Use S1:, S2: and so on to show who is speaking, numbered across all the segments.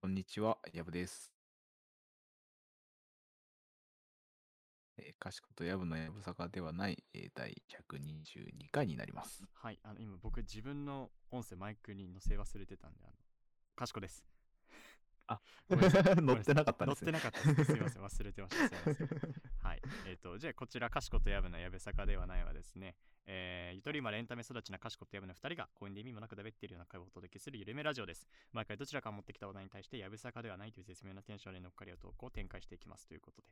S1: こんにちは、やぶです。えー、賢とやぶのやぶさかではない、えー、第122回になります。
S2: はい、あの、今僕自分の音声マイクに載せ忘れてたんで、あの、かしこです。
S1: あ、ごめんなさい。 乗ってなかったん
S2: 乗
S1: で
S2: っ
S1: す
S2: て
S1: ね。
S2: なかったです。すいません、忘れてました。すいませ ん。はい。えっ、と、じゃあ、こちら、かしことやぶのやぶさかではないはですね、えー、ゆとりまれんため育ちなかしことやぶの2人が公園で意味もなくだべっているような会話をお届けするゆるめラジオです。毎回どちらか持ってきた話題に対して、やぶさかではないという絶妙なテンションで乗っかりを投稿を展開していきますということで。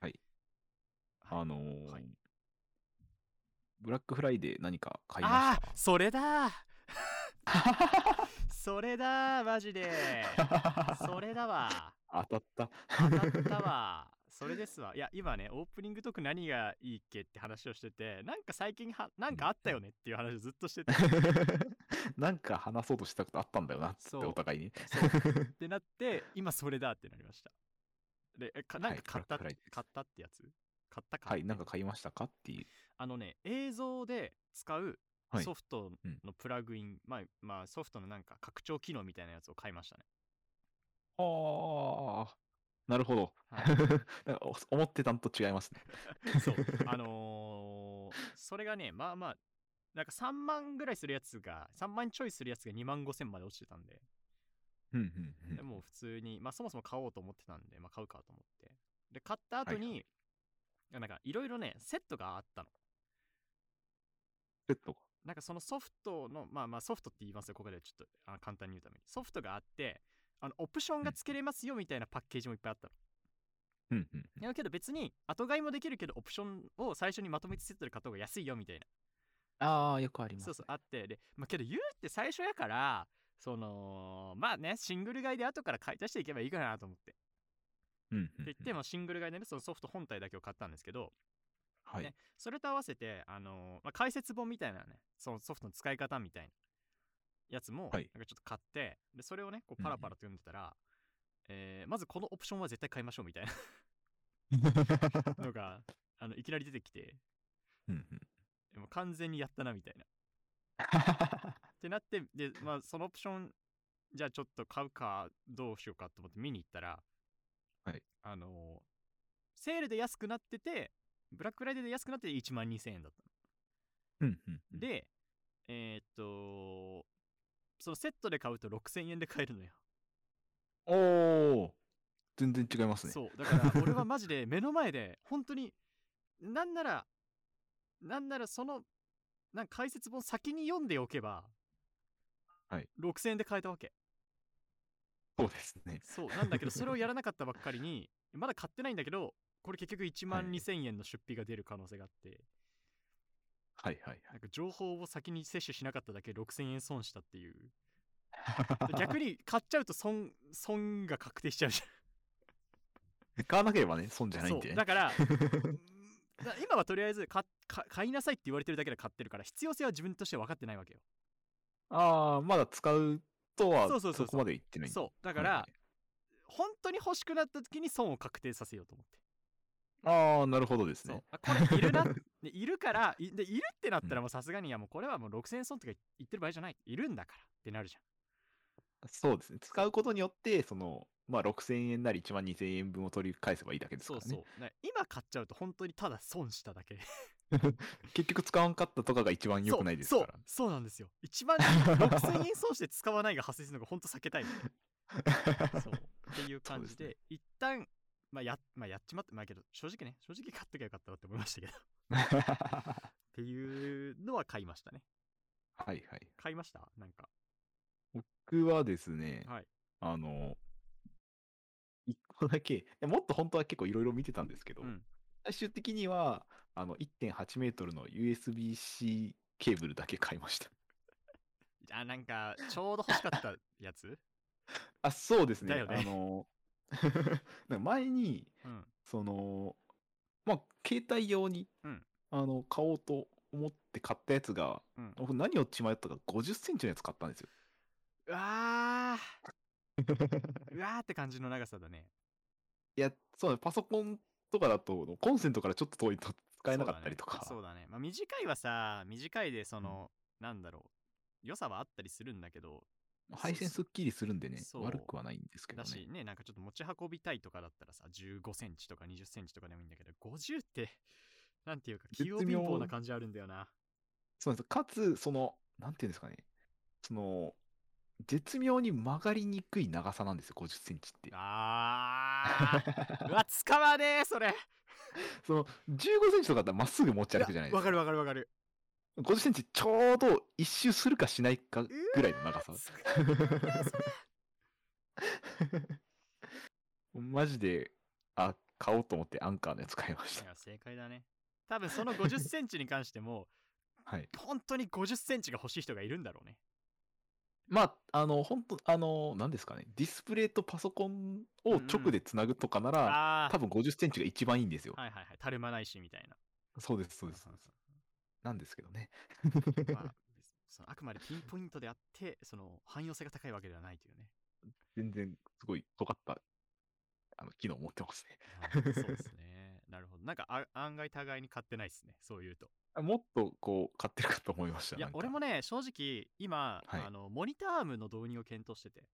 S1: はい。
S2: は
S1: あ
S2: い。
S1: の
S2: はい。
S1: ーブラックフライデー何か買いまし
S2: ああ、
S1: た
S2: そ れだーそれだーマ ジでそれだわ
S1: 当たった。
S2: 当たったわそれですわいや今ねオープニングトーク何がいいっけって話をしててなんか最近はな
S1: うんん
S2: かあった
S1: う
S2: よ
S1: ん
S2: ねっていう話をずっ としてて
S1: なんか話そうとしたことあったんだよなっつってお
S2: そ
S1: 互いに
S2: うそうってなって今それだってなりましたでえかなん
S1: は
S2: か
S1: い、
S2: 買
S1: ブ
S2: っ
S1: ラッ
S2: た
S1: クフラ
S2: って
S1: イデーで
S2: 買っ
S1: す。
S2: たってやつ買ったかっ
S1: はい、なん
S2: て
S1: か買いましたかっていう。
S2: あのね映像で使う
S1: はい。
S2: ソフト
S1: うん。
S2: のプラグインまあまあソフトのなんか拡張機能みたいなやつを買いましたね
S1: ああ、なるほど。
S2: はい
S1: なんかお思ってたんと違いますね。
S2: そうあのーそれがねまあまあなんか3万ぐらいするやつが3万ちょいするやつが2万5千まで落ちてたんで
S1: うんうんう
S2: で
S1: ん。
S2: もう普通にまあそもそも買おうと思ってたんでまあ買うかと思ってで買った
S1: は
S2: 後
S1: いはい。
S2: にあなんかいろいろねセットがあったの
S1: ペットが。
S2: なんかそのソフトのまあまあソフトって言いますよここでちょっとあ簡単に言うためにソフトがあってあのオプション
S1: う
S2: が
S1: ん
S2: つけれますよみたいなパッケージもいっぱいあった
S1: う
S2: の
S1: んうんう
S2: い
S1: ん。
S2: やけど別に後買いもできるけどオプションを最初にまとめてセットで買った方が安いよみたいな
S1: ああ、よくありま
S2: そう
S1: す
S2: そう、
S1: ね。
S2: あって、で、まあ、けど言うって最初やから、その、まあね、シングル買いで後から買い足していけばいいかなと思って。って
S1: うんう
S2: 言
S1: ん
S2: っ
S1: う
S2: て、
S1: ん。
S2: まあ、シングル買いでね、そのソフト本体だけを買ったんですけど、
S1: はい。
S2: ね、それと合わせて、あのーまあ、解説本みたいなね、そのソフトの使い方みたいなやつも、
S1: はい。
S2: なんかちょっと買って、で、それをね、こ
S1: う
S2: う
S1: ん
S2: パ
S1: う
S2: ラパラ
S1: ん。
S2: と読んでたら、えーまずこのオプションは絶対買いましょうみたいなのが、あの、いきなり出てきて、
S1: うんうん
S2: えもう完全にやったなみた いな。ってなってでまあそのオプションじゃあちょっと買うかどうしようかと思って見に行ったら
S1: はい。
S2: あのーセールで安くなっててブラックフライデーで安くなってて1万2000円だった
S1: うんうんう
S2: の
S1: ん。
S2: でえーっとそのセットで買うと6000円で買えるのよ
S1: おー、全然違いますね。
S2: そうだから俺はマジで目の前で本当になんならなんならそのなんか解説本先に読んでおけば
S1: はい。
S2: 6000円で買えたわけ
S1: そうですね。
S2: そうなんだけどそれをやらなかったばっかりに まだ買ってないんだけどこれ結局1
S1: は
S2: 万
S1: い。
S2: 2000円の出費が出る可能性があって
S1: はいはい
S2: なんか情報を先に摂取しなかっただけ6000円損したっ ていうで逆
S1: は
S2: に買っちゃうと損損が確定しちゃうじ
S1: い。買わなければね、損
S2: ゃ
S1: じ
S2: ん
S1: ゃないん
S2: そ
S1: で
S2: う
S1: ね。
S2: だ からだ今はとりあえず買っ買買いなさいって言われてるだけで買ってるから必要性は自分として分かってないわけよ
S1: ああ、まだ使うとは
S2: そうそうそ
S1: そうこ
S2: そう
S1: までいってないんで。
S2: そうだか
S1: はいは
S2: ら
S1: い。
S2: 本当に欲しくなった時に損を確定させようと思って
S1: ああ、なるほどです
S2: そう
S1: ね。
S2: あこれい るなでいるからいでいるってなっ
S1: う
S2: たら
S1: ん、
S2: もうさすがにいやもうこれはもう6000円損とか言ってる場合じゃないいるんだからってな るじゃん
S1: そうですね。
S2: そ
S1: 使
S2: う
S1: うことによって、その、まあ、6000円なり1万2000円分を取り返せばいいだけです
S2: そ
S1: か
S2: う
S1: らね。
S2: そうだから今買っちゃうと本当にただ損しただけ
S1: 結局使わんかったとかが一番 良
S2: そ
S1: く
S2: う
S1: ないです
S2: そ
S1: か
S2: う
S1: ら。
S2: そうなんですよ一番6000円損して使わないが発生するのが本当避けたいみたいなそうってい
S1: そ
S2: う
S1: う
S2: 感
S1: で
S2: じ
S1: すね。
S2: で一旦まあや,、まあ、やっちまってまあけど正直ね正直買っときゃよかったなって思いましたけど っ
S1: は
S2: ていうのは買いましたね
S1: いはい。
S2: 買いましたなんか
S1: 僕はですね、
S2: はい
S1: あの、一個だけ、いやもっと本当は結構いろいろ見てたんですけ
S2: う
S1: ど、
S2: ん
S1: 最終的には、あの、1.8メートルの USB-C ケーブルだけ買いました。
S2: あなんかちょうど欲しかったやつ
S1: あ、そうです
S2: だ
S1: ね。
S2: よ
S1: あ
S2: ね
S1: の、 なんか前に、
S2: うん
S1: その、まあ、携帯用に、
S2: うん
S1: あの、買おうと思って買ったやつが、
S2: うん
S1: 僕何を血迷ったか50センチのやつ買ったんですよ。
S2: うわ ーうわーって感じの長さだね
S1: いや、そうだね、パソコンとかだと、コンセントからちょっと遠いと使え
S2: そ
S1: な
S2: う
S1: か
S2: だ
S1: ったり
S2: ね
S1: とか。
S2: そうだねまあ短いはさ短いでそ
S1: うん
S2: のなんだろう良さはあったりするんだけど
S1: まあ配信すっきりするんでね、
S2: そう
S1: 悪くはないんですけど
S2: だ
S1: ね。
S2: しね、なんかちょっと持ち運びたいとかだったらさ、15センチとか20センチとかでもいいんだけど、50って、なんていうか、器
S1: 絶
S2: 用
S1: 妙
S2: 貧乏な感じあるんだよな。
S1: そうなんです。かつ、その、なんていうんですかね、その、絶妙に曲がりにくい長さなんですよ、50センチって。
S2: あ ー、うわ、使わねえ、それ。
S1: その、15センチとかだったらまっすぐ持っち歩くじゃない
S2: い
S1: です
S2: やわ
S1: か。
S2: かるわかるわかる。
S1: 50センチちょうど一周するかしないかぐらいの長さ。
S2: 使わねえそれ
S1: マジで、あ、買おうと思ってアンカーのやつ買いまし
S2: い
S1: た。
S2: や、正解だね。多分その50センチに関しても、
S1: はい。
S2: 本当に50センチが欲しい人がいるんだろうね。
S1: まあ、あの、本当あの、なんですかね、ディスプレイとパソコンを直でつなぐとかなら、
S2: あ
S1: 多分50センチが一番いいんですよ。
S2: ー、はいはいはい、たるまないしみたいな。
S1: そうです、そうです。なんですけどね。
S2: まあ、そのあくまでピンポイントであって、その汎用性が高いわけではないというね。
S1: 全然、すごい尖った、あの、機能を持ってますね。
S2: あーそう ですね。なるほど。なんかあ案外互いに買ってないですね。そういうと。
S1: あもっと、こう、買ってるかと思いました。
S2: いや
S1: な、んか
S2: 俺もね、正直、今、
S1: はい
S2: あの、モニターアームの導入を検討してて。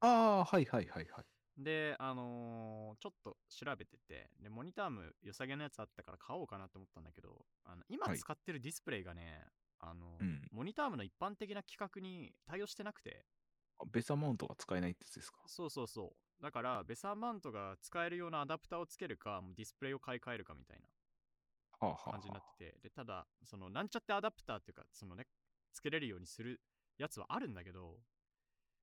S1: ああ、はいはいはいはい。
S2: で、あのーちょっと調べてて、で、モニターアーム、良さげなやつあったから買おうかなって思ったんだけど、あの今
S1: はい
S2: 使ってるディスプレイがね、あの、
S1: うん。
S2: モニターアームの一般的な規格に対応してなくて、
S1: ベサマウントが使えないってやつですか
S2: そうそうそう。だから、ベサーマウントが使えるようなアダプターをつけるか、もうディスプレイを買い替えるかみたいな。
S1: はあ、はあはあ
S2: 感じになってて、で、ただ、その、なんちゃってアダプターっていうか、そのね、つけれるようにするやつはあるんだけど、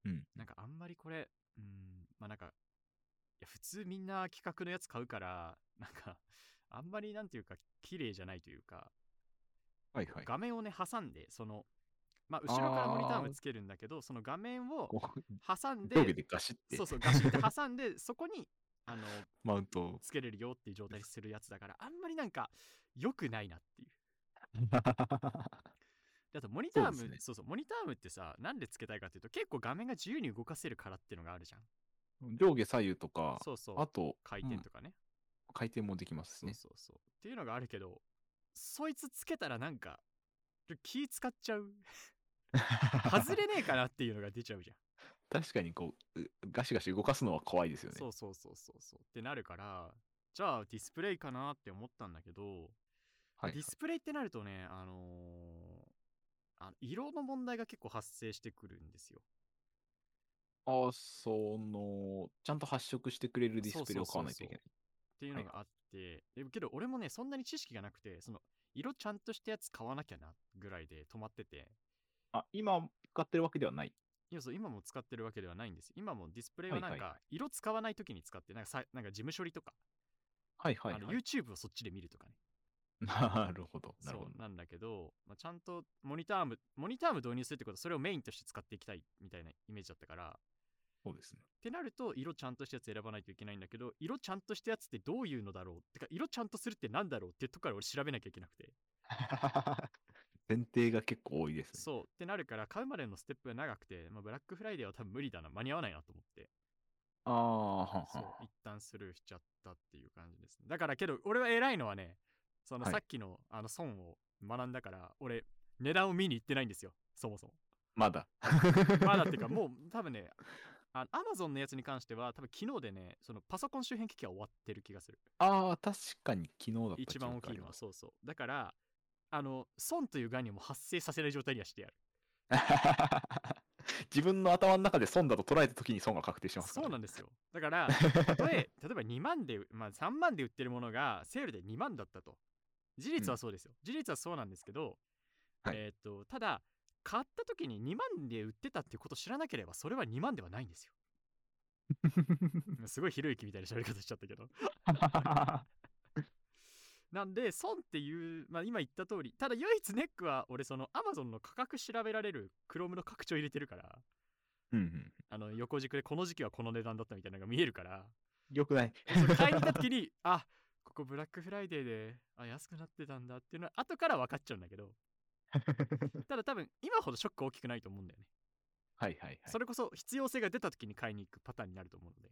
S1: うん。
S2: なんかあんまりこれ、うーん、まあなんか、いや、普通みんな企画のやつ買うから、なんか、あんまりなんていうか、綺麗じゃないというか、
S1: はいはい。
S2: 画面をね、挟んで、その、まあ、後ろからモニター
S1: あー
S2: もつけるんだけど、その画面を
S1: こう
S2: 挟んで、
S1: 上下でガシって
S2: そうそう、ガシッて挟んで、そこに、あの、
S1: マウントを
S2: つけれるよっていう状態にするやつだから、あんまりなんか、良くないなっていう。であとモニターアーム
S1: そ
S2: そうう,、
S1: ですね
S2: そうモニターアームってさなんでつけたいかっていうと結構画面が自由に動かせるからっていうのがあるじゃん
S1: 上下左右とか、
S2: そうそう
S1: あと、
S2: 回転とかね、
S1: 回転もできますし
S2: そう
S1: ね。
S2: そうそうっていうのがあるけどそいつつけたらなんかちょ気使っちゃう外れねえかなっていうのが出ち ゃうじゃん
S1: 確かにこううガシガシ動かすのは怖いですよね。
S2: そうそうそうそうそうってなるからじゃあディスプレイかなって思ったんだけど、
S1: はい
S2: ディスプレイってなるとねあのーあの色の問題が結構発生してくるんですよ
S1: あそのちゃんと発色してくれるディスプレイを買わないといけない。
S2: っていうのがあって、でけど俺もねそんなに知識がなくてその色ちゃんとしたやつ買わなきゃなぐらいで止まってて
S1: あ今使ってるわけではない。
S2: いやそう今も使ってるわけではないんです今もディスプレイはなん
S1: はいはい
S2: か色使わない時に使ってなんかさなんか事務処理とか、
S1: はいはい、
S2: あ
S1: は
S2: の
S1: い。
S2: YouTube をそっちで見るとかね
S1: なるほど。なるほ
S2: そ
S1: ど
S2: う。なんだけど、まあ、ちゃんとモニターアームモニターアーム導入するってことはそれをメインとして使っていきたいみたいなイメージだったから
S1: そうですね。
S2: ってなると色ちゃんとしたやつ選ばないといけないんだけど色ちゃんとしたやつってどういうのだろうってか色ちゃんとするってなんだろうってとこから俺調べなきゃいけなくて
S1: 前提が結構多いですね。
S2: そうってなるから買うまでのステップが長くて、まあ、ブラックフライデーは多分無理だな間に合わないなと思って
S1: ああ、はんはん
S2: そう一旦スルーしちゃったっていう感じですねだからけど俺は偉いのはねその
S1: はい
S2: さっきの、あの損を学んだから俺値段を見に行ってないんですよそもそも
S1: まだ。
S2: まだっていうかもう多分ねあアマゾンのやつに関しては多分昨日でねそのパソコン周辺機器は終わってる気がする
S1: ああ、確かに昨日だった
S2: 一番大
S1: 記憶あ
S2: きい
S1: り
S2: の
S1: ま
S2: は
S1: す。
S2: そうそうだからあの損という概念も発生させない状態にはしてやる
S1: 自分の頭の中で損だと捉えた時に損が確定しますか
S2: そう
S1: ら、
S2: な
S1: ね。
S2: んですよだ からたとえ例えば2万で、まあ、3万で売ってるものがセールで2万だったと事実はそうですよ、事実はそうなんですけど、
S1: はい
S2: えーっとただ買った時に2万で売ってたってことを知らなければそれは2万ではないんで すよすごいひろゆきみたいな喋り方しちゃったけどなんで損っていう、まあ、今言った通りただ唯一ネックは俺その Amazon の価格調べられる Chrome の拡張入れてるから
S1: うんうん。
S2: あの横軸でこの時期はこの値段だったみたいなのが見えるから
S1: よくない。
S2: それ買いに行った時にあここブラックフライデーであ安くなってたんだっていうのは後から分かっちゃうんだけど ただ多分今ほどショック大きくないと思うんだよね、
S1: はいはいはい。
S2: それこそ必要性が出た時に買いに行くパターンになると思うので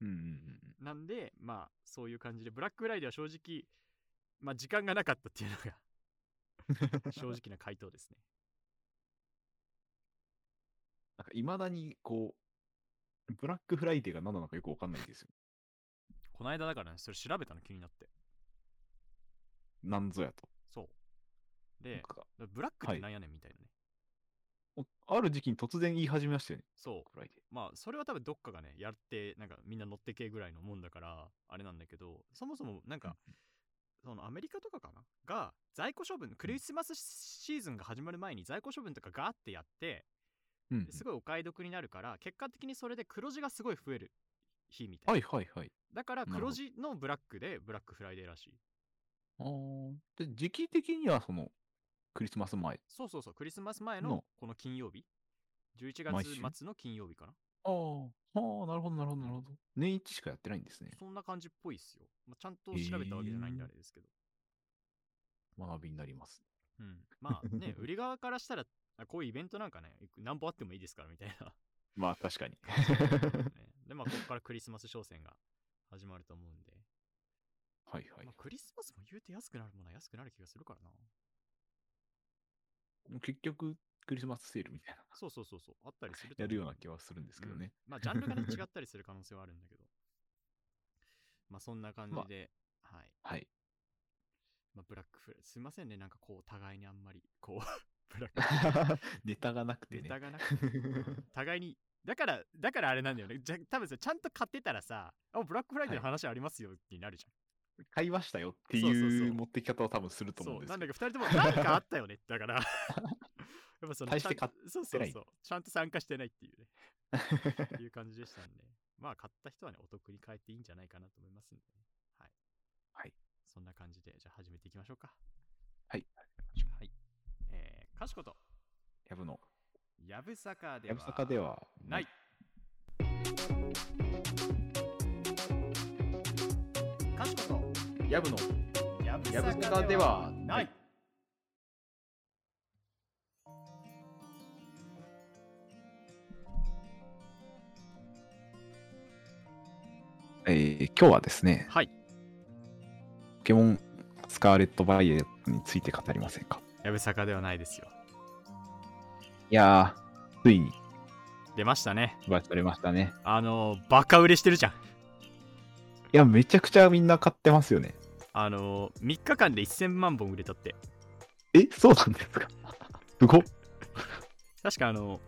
S1: うんうんうん。
S2: なんでまあそういう感じでブラックフライデーは正直まあ時間がなかったっていうのが正直な回答ですね
S1: なんかいまだにこう、ブラックフライデーが何なのかよくわかんないんですよ。
S2: この間だからね、それ調べたの気になって。
S1: なんぞやと。
S2: そう。
S1: なん
S2: で、
S1: か
S2: ブラックってなんやねんみたいなね。
S1: おある時期に突然言い始めましたよね、
S2: そう。
S1: フライデ
S2: まあそれは多分どっかがねやってなんかみんな乗ってけぐらいのもんだからあれなんだけどそもそもなんかそのアメリカとかかなが在庫処分クリスマスシーズンが始まる前に在庫処分とかガーってやって
S1: ー。うん。
S2: すごいお買い得になるから結果的にそれで黒字がすごい増える日みたいな、
S1: はいはいはい。
S2: だか
S1: な
S2: ら
S1: るほ
S2: 黒
S1: ど
S2: 字のブラックでブラックフライデーらしい
S1: あーで、時期的にはその、クリスマス前。
S2: そうそうそうクリスマス前の
S1: の
S2: この金曜日11
S1: 毎
S2: 月
S1: 週
S2: 末の金曜日かな
S1: ああ、はあ、なるほどなるほどなるほど。年一しかやってないんですね。
S2: そんな感じっぽいっすよ、まあ、ちゃんと調べたわけじゃないんで
S1: へ
S2: あ
S1: ー
S2: れですけど
S1: 学びになります。
S2: うん、まあ ね、売り側からしたら、あこういうイベントなんかね、何本あってもいいですからみたい な
S1: まあ確かに。
S2: 感じなんだけどね。で、まあ、ここからクリスマス商戦が始まると思うんで、
S1: はいはい
S2: まあ、。クリスマスも言うて安くなるものは安くなる気がするからな。
S1: 結局、クリスマスセールみたいな、
S2: そうそうそうそう、あったりすると
S1: や
S2: 思
S1: るような気はするんですけどね。
S2: うんまあ、ジャンルがね、違ったりする可能性はあるんだけ ど。まあ、そんな感じで、はい。
S1: はい。
S2: まあ、ブラックフライ、すいませんね、なんかこう、互いにあんまり、こう、 ブラック
S1: ネタがなくて
S2: ネ
S1: ね。
S2: タがなくて、うん互いにだからだからあれなんだよねじゃ多分さちゃんと買ってたらさあブラックフライデーの話ありますよになるじ
S1: 買いましたよって
S2: そうそうそ
S1: いうう持ってき方を多分する
S2: ゃ
S1: と
S2: ん、
S1: 思
S2: そううん
S1: ですけ
S2: なんだ
S1: ど。
S2: か2人ともなんかあったよねだから やっぱその
S1: 大して
S2: ちゃん
S1: 買
S2: そう
S1: て
S2: そう
S1: ない
S2: そうちゃんと参加してないっていうねいう感じでしたんでまあ買った人はねお得に買えていいんじゃないかなと思いますんでねはい、
S1: はい、
S2: そんな感じでじゃあ始めていきましょうか
S1: はい。
S2: はいえー、かしこと
S1: やぶの、
S2: やぶさかで
S1: や
S2: は
S1: ぶさかでは
S2: ない。かしこと
S1: やぶの、
S2: やぶ
S1: やぶさかではないい。えー今日はですね、
S2: はい
S1: ポケモンスカーレット・バイエットについて語りませんか
S2: やぶさかではないですよ
S1: いやー、ついに
S2: 出ましたね
S1: 発売されましたね。
S2: あのーバカ売れしてるじゃん
S1: いや、めちゃくちゃみんな買ってますよね。
S2: あのー、3日間で1000万本売れたって
S1: え、そうなんです かすごっ
S2: 確かあのー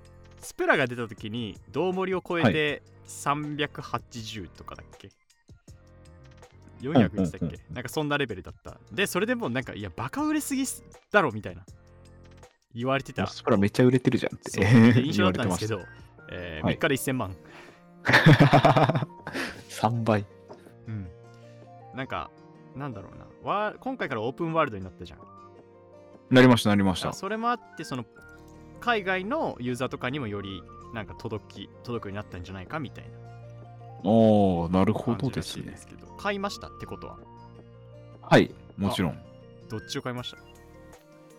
S2: スプラが出た時に銅盛りを超えて380とかだっけ、400でしたっけ、
S1: うんうん
S2: なんかそんなレベルだったでそれでもなんかいやバカ売れすぎすだろみたいな言われてた
S1: スプラめっちゃ売れてるじゃんっ
S2: そう
S1: て
S2: 印
S1: 言
S2: 象だ
S1: わ
S2: っ
S1: れ
S2: た
S1: て
S2: んで
S1: ます
S2: け
S1: した。
S2: ど、えー
S1: はい
S2: 3日で1000万、
S1: 3倍。
S2: うん、なんかなんだろうなわ今回からオープンワールドになったじゃん
S1: なりました、なりまし
S2: あ
S1: た。
S2: それもあってその海外のユーザーとかにもよりなんか届き届くようになったんじゃないかみたいな
S1: おー、なるほ
S2: 感
S1: ど
S2: じ
S1: で
S2: らし
S1: す
S2: い
S1: ね
S2: で。すけど買いましたってことは
S1: はい、もちろん。
S2: どっちを買いました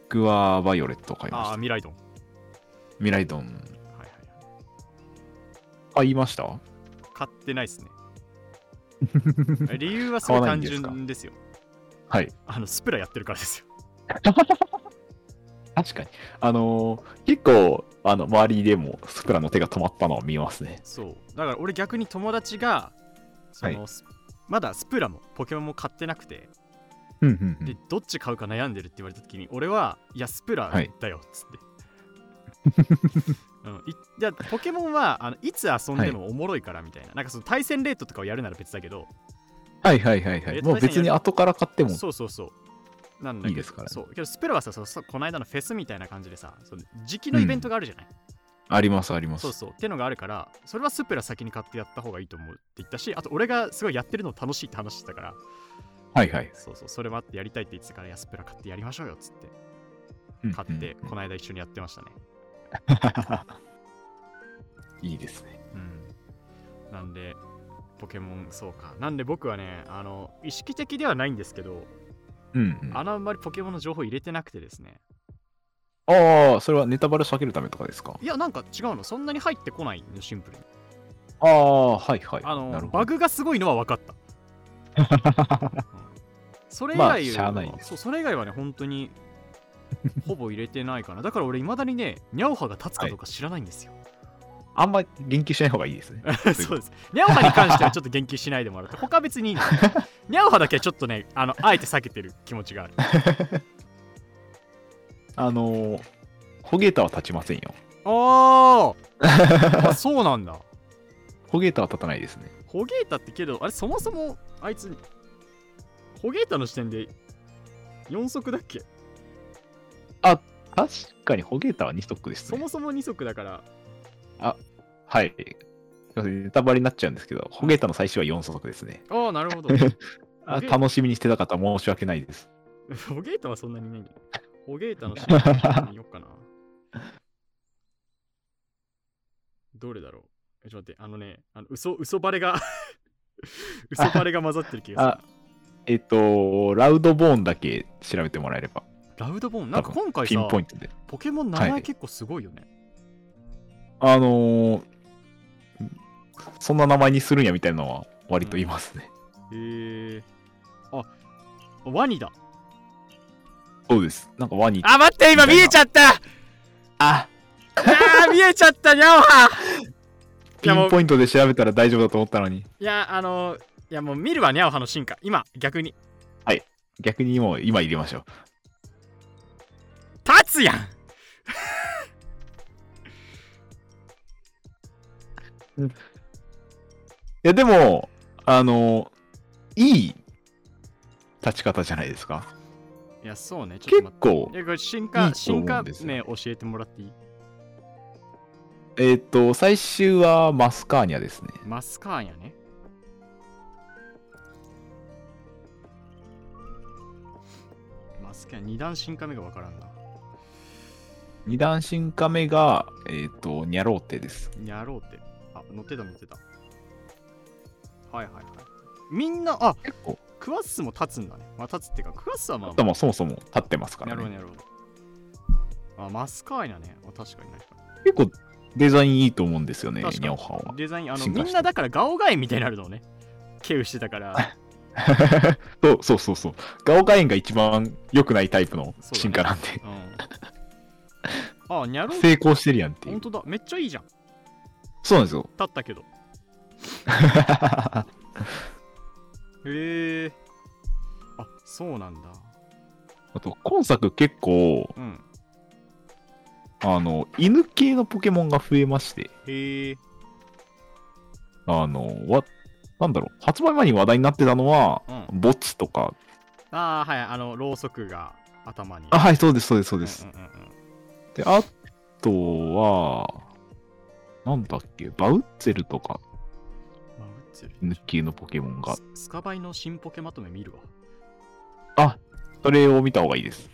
S1: 僕はバイオレットを買いま
S2: ああ
S1: し
S2: ー
S1: た。
S2: ミライドン、
S1: ミライドン。
S2: はいはいはい、
S1: 買いました
S2: 買ってないです ね理由はすごい
S1: 買わないんで
S2: 単
S1: すか
S2: 純ですよ
S1: はい。
S2: あのスプラやってるからですよ
S1: 確かに。あのー結構、あの、周りでもスプラの手が止まったのを見ますね。
S2: そうだから俺逆に友達がその、
S1: は
S2: スまだスプラもポケモンも買ってなくて
S1: うんうんうん
S2: でどっち買うか悩んでるって言われた時に俺はいやスプラ
S1: はい
S2: だよっつって、 うん、いいやポケモンはあのいつ遊んでもおもろいからみたいな,、なんかその対戦レートとかをやるなら別だけど
S1: はいはいはいは
S2: え
S1: い。もう別に後から買っても。
S2: そうそうそうなんだけど
S1: いいですからね
S2: そうけどスプラはさそうそうこの間のフェスみたいな感じでさその時期のイベントがあるじゃない、
S1: ありますありま
S2: そう
S1: す。
S2: そうってのがあるからそれはスプラ先に買ってやった方がいいと思うって言ったしあと俺がすごいやってるの楽しいって話してたから
S1: はいはい。
S2: そうそうそれもあってやりたいって言ってたからいやスプラ買ってやりましょうよっつって
S1: うん
S2: 買って、
S1: うん
S2: この間一緒にやってましたね。
S1: いいですね。
S2: うん。なんで、ポケモン、そうか。なんで僕はね、あの、意識的ではないんですけど、
S1: うん、うん。
S2: あ
S1: あ
S2: のあんまりポケモンの情報入れてなくてですね。
S1: あー、それはネタバレを避けるためとかですか
S2: いや、なんか違うの。そんなに入ってこないの、シンプルに。
S1: ああ、はいはい。な
S2: あの
S1: る、ほ
S2: バ
S1: ど
S2: グがすごいのは分かった。それ以
S1: まあ
S2: 外
S1: し
S2: は、
S1: ゃあないです
S2: そう、それ以外はね、本当に、ほぼ入れてないかな。だから俺、いまだにね、ニャオハが立つかどうか知らないんですよ。
S1: あんまり言及しない方がいい ですね。
S2: そうです。ニャオハに関してはちょっと言及しないでもらって、他別 にいいの。ニャオハだけはちょっとね、あの、あえて避けてる気持ちがある。
S1: あのー、ホゲータは立ちませんよ。
S2: あー あ、そうなんだ。
S1: ホゲータは立たないですね。
S2: ホゲータってけど、あれ、そもそも、あいつ、ホゲータの視点で4足だっけ
S1: 確かにホゲータは2ストックです
S2: そ
S1: ね。
S2: もそも2足だから、
S1: はい。すいませんネタバレになっちゃうんですけど、ホゲータの最終は4足ですね。
S2: ああ、なるほど。
S1: あ
S2: ホゲー
S1: 楽しみにしてた方申し訳ないです。
S2: ホゲータはそんなにいないんだよ。ホゲータのシ ーン見よっかな。どれだろうえちょっと待って、あのね、あの嘘嘘バレが、 嘘バレが混ざってる気が
S1: あ、えっ、と、ラウドボーンだけ調べてもらえれば、
S2: する。ラウドボーン、なんか今回
S1: ピン
S2: さ
S1: ポ、イントで。
S2: ポケモン名
S1: は
S2: 前
S1: い
S2: 結構すごいよね。
S1: あのー、そんな名前にするんやみたいなのは割と言いますね。
S2: えー、あ、ワニだ。
S1: そうです。なんかワニ。
S2: あ、待って、今見えちゃっ
S1: あ
S2: たあー見えちゃったニャオハい
S1: ピ
S2: やもう
S1: ンポイントで調べたら大丈夫だと思ったのに、
S2: いやあのいやもう見るわニャオハの進化今逆に
S1: 逆にもう今入れましょう。
S2: 立つやん
S1: いや、でも、あのー、いい立ち方じゃないですか。
S2: いやそうねちょっ
S1: 結
S2: と待っ
S1: 構
S2: て、えこれ進
S1: い
S2: 化
S1: いと思
S2: 進
S1: う
S2: 化
S1: んですよ
S2: 名教えてもらっていい
S1: えっ、と、最終はマスカーニャですね。
S2: マスカーやねマスカーニャ二段進化目がわからんな
S1: 二段進化目が、えっ、と、ニャローテです。
S2: にゃろうってあ乗ってた乗ってたはいはいはいみんなあ
S1: 結構、
S2: クワッスも立つんだねまあ立つっていうかクワッスはまあ
S1: あともうそもそも立ってますから
S2: なるほど
S1: ね。
S2: なるほど。あ、マスカーイナね。あ確かにね。
S1: 結構、デザインいいと思うんですよね、ニ
S2: 確かに
S1: ャオハンは。
S2: デザイン、あの、
S1: 進化し
S2: み
S1: て
S2: んなだからガオガエみたいになるのをね。ケウして たから。
S1: そうそうそうそう。ガオガエンが一番良くないタイプの
S2: そうだね
S1: 進化なんで、
S2: うん。あ、ニャロ
S1: 成功してるやんってい
S2: 本
S1: う。
S2: 当だ。めっちゃいいじゃん。立
S1: そうなんですよ。
S2: ったけど。へえ。あ、そうなんだ。
S1: あと、今作結構、
S2: うん。
S1: あの、犬系のポケモンが増えまして、
S2: へえ。
S1: あの、わ、なんだろう、発売前に話題になってたのは、
S2: うん。
S1: ボツとか、
S2: ああ、はい。あの、ろうそくが頭に。
S1: あ、はい、そうです、そうです、そう
S2: うん
S1: です。
S2: うんうんうん。
S1: で、あとは、なんだっけ、バウッツェルとか、
S2: まあ映ってる
S1: 犬系のポケモンが、
S2: ススカバイの新ポケまとめ見るわ。
S1: それを見た方がいいです。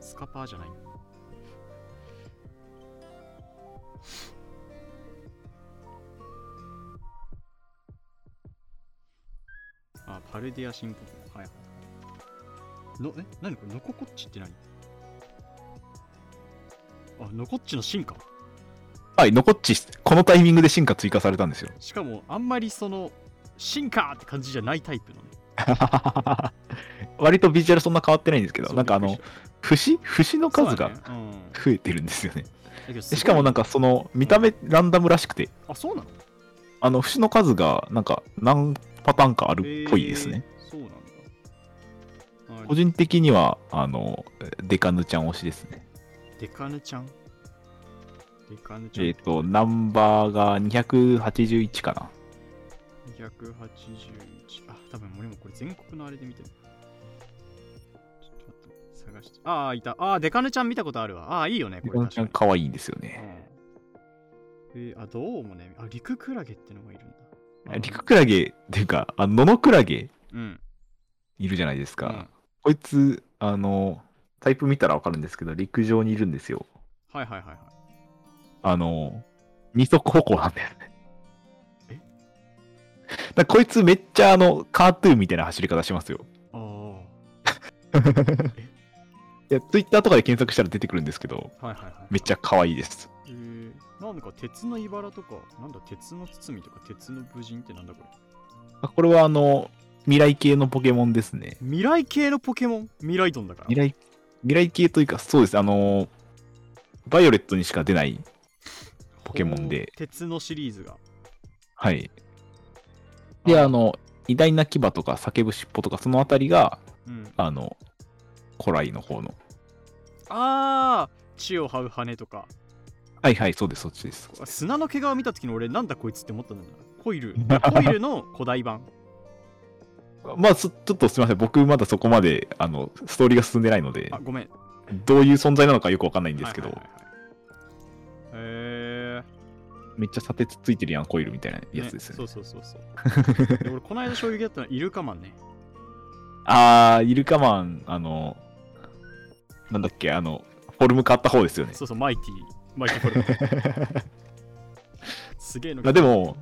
S2: スカパーじゃない。あ、パルディア新ポケモン。はい。の、え、何これ、ノココッチって何あ、ノコッチの進化
S1: はい、残っち、このタイミングで進化追加されたん ですよ。
S2: しかも、あんまりその、進化って感じじゃないタイプのね。
S1: 割とビジュアルそんな変わってないんですけど、
S2: そう
S1: なんかあの、、節節の数が
S2: そうだねうん
S1: 増えてるんですよね。
S2: だけどすごい
S1: しかもなんかその、見た目ランダムらしくて、
S2: あ、そうなの
S1: あの、節の数が、なんか、何パターンかあるっぽいですね。。
S2: へーそうなんだ。あ
S1: 個人的には、あの、デカヌちゃん推しですね。
S2: デカヌちゃんデカヌちゃん
S1: えっ、と、ナンバーが281かな。
S2: 281あ多分俺もこれ全国のあれで見てるちょっと待って探してああいたあーデカヌちゃん見たことあるわあーいいよね
S1: デ
S2: こ
S1: カ
S2: れ
S1: ヌ
S2: 確
S1: ちゃん
S2: か
S1: 可愛いんですよ
S2: に
S1: ね。
S2: うんえーあどうもねあ陸クラゲってのがいるんだあー
S1: リククラゲっていうか、あの、ノノクラゲ
S2: うん
S1: いるじゃないですか。
S2: うん
S1: こいつ、あの、タイプ見たらわかるんですけど、陸上にいるんですよ。
S2: はいはいはいはい
S1: あの、二足歩行なんだよね。
S2: え
S1: だからこいつめっちゃあの、カートゥーンみたいな走り方しますよ。
S2: ああ
S1: いや、ツイッターとかで検索したら出てくるんですけど、
S2: はいはいはい
S1: めっちゃ可愛いです。
S2: えー、なんか鉄の茨とかなんだ鉄の包みとか鉄の武人ってなんだこれ
S1: あこれはあの、未来系のポケモンですね。
S2: 未来系のポケモン未来ドンだから
S1: 未来、未来系というか、そうです。あの、バイオレットにしか出ないポポケモンで、
S2: 鉄のシリーズが。
S1: はい。で、あの、偉大な牙とか叫ぶ尻尾とか、そのあたりが、
S2: うん、
S1: あの、古来の方の。
S2: あー、地を這う羽とか。
S1: はいはい、そうです、そっち です。
S2: 砂の毛皮を見た時の俺、なんだこいつって思ったんだよな。コ イル。コイルの古代版。
S1: まあ、すちょっとすみません、僕まだそこまで、あの、ストーリーが進んでないので
S2: あ、、ごめん。
S1: どういう存在なのかよくわかんないんですけど、
S2: はいはいはいはいへ
S1: めっちゃ砂鉄ついてるやん、コイルみたいな
S2: ー。
S1: やつですよね。
S2: そうそうそうそう。で俺、この間衝撃だったのはイルカマ ンね。
S1: あー、イルカマン、あの、なんだっけ、あの、フォルム変わった方ですよね。
S2: そうそう、マイティ。マイティフォルム。 すげえの。
S1: まあでも、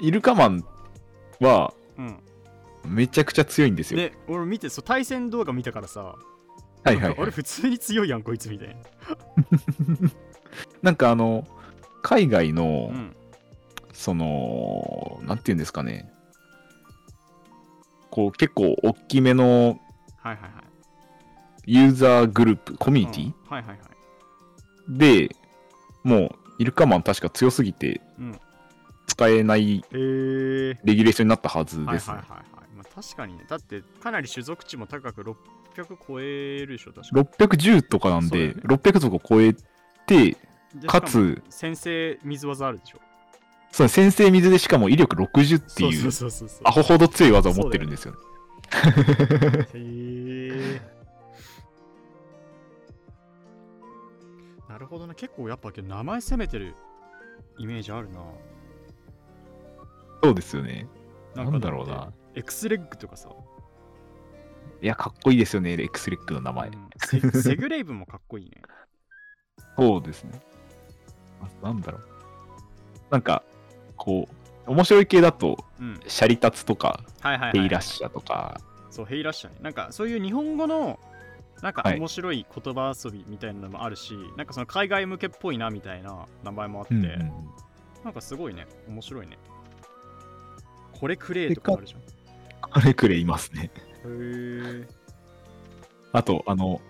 S1: イルカマンは、
S2: うん。
S1: めちゃくちゃ強いんですよ。
S2: で、俺見て、そう対戦動画見たからさ、
S1: はいはい、
S2: あ
S1: は
S2: れ
S1: い。
S2: 普通に強いやん、こいつみたいな。
S1: なんかあの、海外
S2: う
S1: の、
S2: ん。
S1: その、なんていうんですかね、こう、結構大きめの
S2: はいはいはい。
S1: ユーザーグループ、コミュニティ、
S2: うんはいはいはい。
S1: で、もう、イルカマン確か強すぎて、
S2: うん
S1: 使えない
S2: えー。
S1: レギュレーションになったはず
S2: はいはい
S1: です
S2: はい
S1: ね。
S2: はい。まあ、確かにね、だってかなり種族値も高く600超えるでしょ、確か
S1: 610とかなん
S2: そうだよ
S1: で、
S2: ね
S1: 600とか超えて、
S2: で
S1: か、
S2: しも
S1: つ、
S2: 先生水技あるでしょ。
S1: その先制水でしかも威力60って
S2: そ
S1: いうう、
S2: そうそうそう。
S1: アホほど強い技を持ってるんですよね。
S2: へえ。なるほどな、結構やっぱけど名前攻めてるイメージあるな。
S1: そうですよね。
S2: か
S1: なんだろうな
S2: って。エクスレッグとかさ、
S1: いや、かっこいいですよね、エクスレックの名前
S2: う。んセ セグレイブもかっこいいね。
S1: そうですね。あなんだろう。なんか、こう、面白い系だと、
S2: うん。
S1: シャリタツとか、
S2: はいはい、はい。
S1: ヘイラッシャとか、
S2: そう、ヘイラッシャね。なんかそういう日本語のなんか
S1: はい
S2: 面白い言葉遊びみたいなのもあるし、なんかその海外向けっぽいなみたいな名前もあって、
S1: うんうんうん
S2: なんかすごいね、面白いね。これくれーとかもあるじゃん。
S1: あれくれいますね。
S2: へえ。
S1: あと、あの、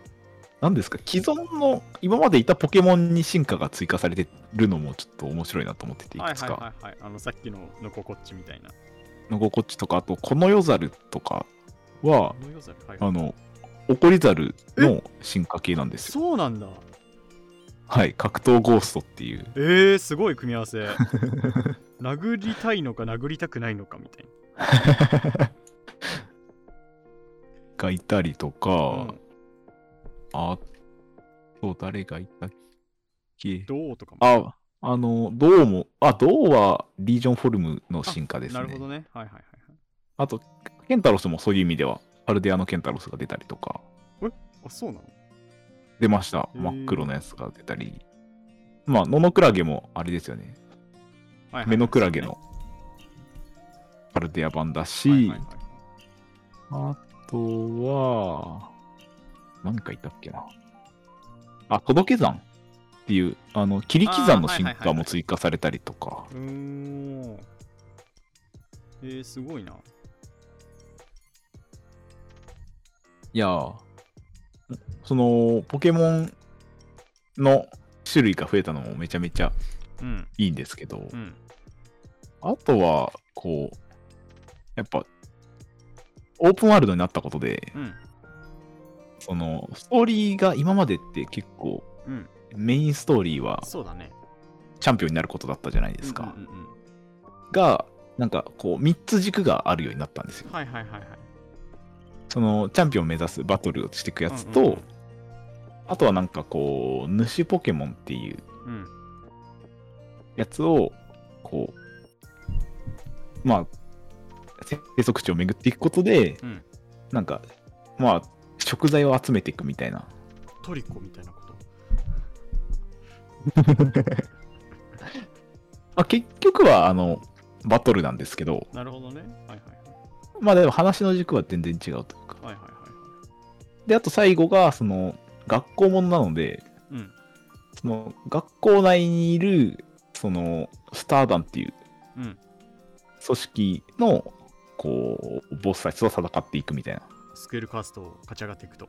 S1: 何ですか、既存の、今までいたポケモンに進化が追加されてるのもちょっと面白いなと思ってて、い
S2: はい
S1: くつ
S2: はい
S1: か。
S2: はいはい。あのさっきののここっちみたいな。
S1: のごこっちとか、あと、このよざるとかは、
S2: のよざるはいはい
S1: あの、怒りざるの進化系なんですよ。
S2: そうなんだ。
S1: はい、格闘ゴーストっていう。
S2: えー、すごい組み合 わせ。殴りたいのか殴りたくないのかみたい
S1: がいたりとか、
S2: な。うん
S1: あと、誰がいたっけ
S2: どうとかも。
S1: あ、あの、銅も、あ、銅はリージョンフォルムの進化ですね。
S2: なるほどね。はいはいはいはい。
S1: あと、ケンタロスもそういう意味では、パルデアのケンタロスが出たりとか、
S2: あ、そうなの
S1: 出ました。
S2: へー
S1: 真っ黒のやつが出たり。まあ、ノノクラゲもあれですよね。
S2: はいはい
S1: メノクラゲのパルデア版だし、
S2: はいはいはい
S1: あとは、何かいたっけな。あ、届け算っていう、あの、切り刻の進
S2: あーはいはいは
S1: 化
S2: いは
S1: も
S2: い
S1: 追加されたりとか。
S2: うーん。えー、すごい
S1: い
S2: な。
S1: やー、その、ポケモンの種類が増えたのもめちゃめちゃ
S2: うん。
S1: いいんですけど、
S2: うん。
S1: あとは、こう、やっぱ、オープンワールドになったことで、
S2: うん。
S1: その、ストーリーが今までって結構、
S2: うん。
S1: メインストーリーは
S2: そうだね。
S1: チャンピオンになることだったじゃないですか。
S2: うんうん
S1: が、なんかこう、3つ軸があるようになったんですよ
S2: うん。。はいはいはいはい。
S1: その、チャンピオンを目指すバトルをしていくやつと、
S2: うんうんうん
S1: あとはなんかこう、主ポケモンっていう
S2: うん。
S1: やつを、こう、まあ、生息地を巡っていくことで、
S2: うん
S1: なんか、まあ、食材を集めていくみたいな。
S2: トリコみたいなこと。
S1: まあ、結局は、あの、バトルなんですけど、
S2: なるほどね。はいはい
S1: まあでも話の軸は全然違うというか。
S2: はい。はいはいはい
S1: で、あと最後が、その、学校ものなので、
S2: はい。うん。
S1: その、学校内にいる、その、スター団っていう
S2: うん。
S1: 組織の、こう、ボスたちと戦っていくみたいな。
S2: スクールカーストを勝ち上がっていくと。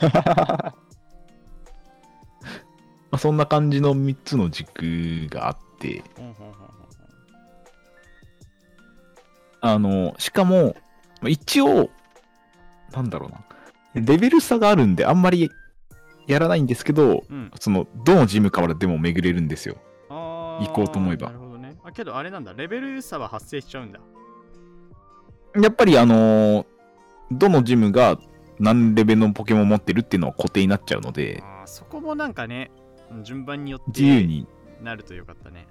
S1: まああ、そんな感じの3つの軸があって、
S2: ほんほんほんほんほん
S1: あの、しかも、まあ一応、なんだろうな、レベル差があるんで、あんまりやらないんですけど、
S2: うん。
S1: その、どのジムからでも巡れるんですよ。
S2: あ
S1: 行こうと思えば
S2: ーなるほどね。あけどあれなんだ、レベル差は発生しちゃうんだ。
S1: やっぱりあのーどのジムが何レベルのポケモンを持ってるっていうのは固定になっちゃうので、
S2: あーそこもなんかね、うん順番によっ
S1: 自由
S2: て
S1: に、
S2: なるとよかったね。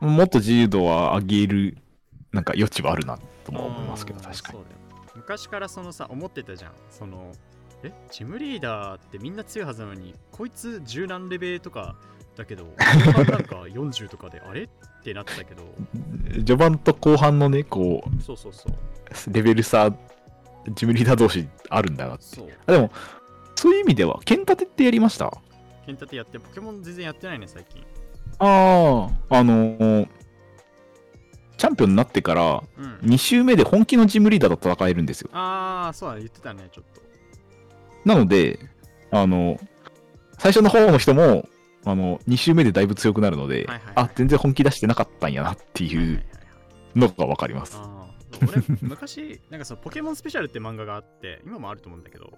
S1: もっと自由度は上げる、なんか余地はあるなとも思いますけど、
S2: あー
S1: 確かに
S2: そ。うだよ昔からそのさ、思ってたじゃん。その、え、ジムリーダーってみんな強いはずなのに、こいつ十何レベルとかだ けど、後半なんか40とかであれってなってたけど、
S1: 序盤と後半のね、こ
S2: そうそうそう。
S1: う、レベル差、ジムリーダー同士あるんだなって。
S2: そう。
S1: あでも、そういう意味では、剣立てってやりました
S2: ケンタテやって、ポケモン全然やってないね、最近。
S1: ああ、あのーチャンピオンになってから、
S2: うん。
S1: 2周目で本気のジムリーダーと戦えるんですよ。
S2: ああ、そうだね、言ってたね、ちょっと。
S1: なので、あの、最初の方の人も、あの、2周目でだいぶ強くなるので、
S2: はいはいはい
S1: あ、全然本気出してなかったんやなって
S2: はいはい
S1: い
S2: はいう
S1: のがわかります。
S2: あーそう俺昔なんかそのポケモンスペシャルって漫画があって今もあると思うんだけど、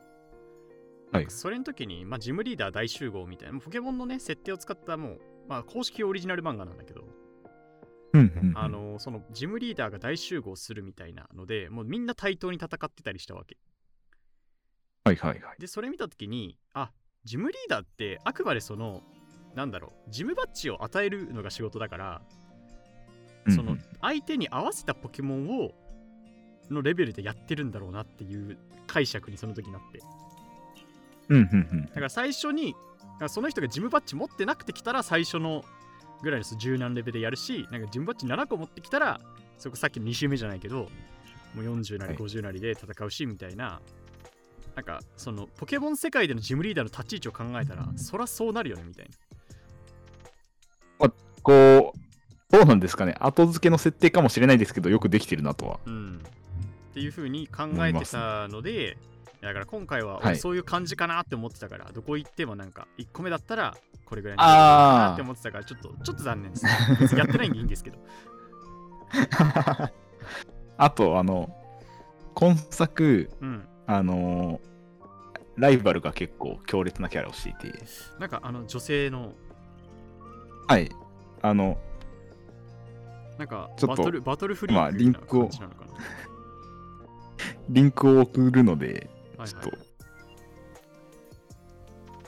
S1: はい
S2: それの時に、まあ、ジムリーダー大集合みたいなもうポケモンのね設定を使ったもう、まあ、公式オリジナル漫画なんだけど、
S1: うんうんうん
S2: あのそのジムリーダーが大集合するみたいなのでもうみんな対等に戦ってたりしたわけ
S1: はいはいはい。
S2: でそれ見た時にあジムリーダーってあくまでそのなんだろうジムバッジを与えるのが仕事だからそ
S1: うんう
S2: の
S1: ん
S2: 相手に合わせたポケモンをのレベルでやってるんだろうなっていう解釈にその時なってだ
S1: うんうんうん。
S2: から最初にだからその人がジムバッジ持ってなくてきたら最初のぐらいのその柔軟レベルでやるしなんかジムバッジ7個持ってきたらそこさっきの2周目じゃないけどもう40なり
S1: はい
S2: 50なりで戦うしみたいな、なんかそのポケモン世界でのジムリーダーの立ち位置を考えたらそらそうなるよねみたいな
S1: こう、どうなんですかね。後付けの設定かもしれないですけど、よくできてるなとは。
S2: うん、っていう風に考えてたので、だから今回は
S1: はい
S2: そういう感じかなって思ってたから、どこ行ってもなんか1個目だったらこれぐらいの
S1: あー
S2: かなって思ってたからちょっとちょっと残念ですね。 別にやってないんでいいんですけど。
S1: あと、あの、今作、
S2: うん。
S1: あのライバルが結構強烈なキャラをしていて、
S2: なんかあの女性の
S1: はい。あの、
S2: なんか
S1: ちょ
S2: バ
S1: っと
S2: トルバトルフリ
S1: まあ
S2: ー
S1: リン
S2: な
S1: クを
S2: 感じなのかな。
S1: リンクを送るので、
S2: はい
S1: ちょっ
S2: は
S1: と、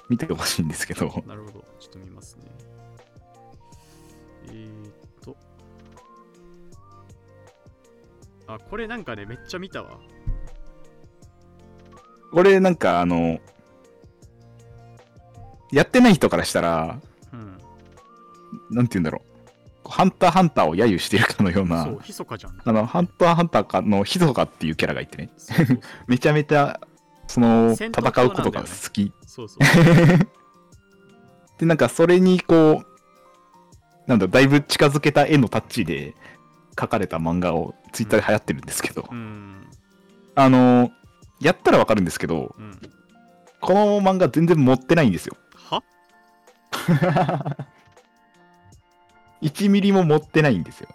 S1: 見てほしいんですけど、
S2: い。なるほど。ちょっと見ますね。えー、っと。あ、これなんかね、めっちゃ見たわ。
S1: これなんかあの、やってない人からしたら、
S2: うん。
S1: なんて言うんだろう、ハンターハンターを揶揄してるかのような
S2: そう、、ひそかじゃん。
S1: あの、ハンターハンターかのひどかっていうキャラがいてね、
S2: そうそうそう
S1: めちゃめちゃ、その、
S2: 戦
S1: 戦
S2: 闘
S1: うことが好き。
S2: そうそう。
S1: で、なんかそれにこう、なんだろう、だいぶ近づけた絵のタッチで描かれた漫画をツイッターで流行ってるんですけど、
S2: うん。
S1: あの、やったらわかるんですけど、
S2: うん。
S1: この漫画全然持ってないんですよ。
S2: は
S1: 1ミリも持ってないんですよ。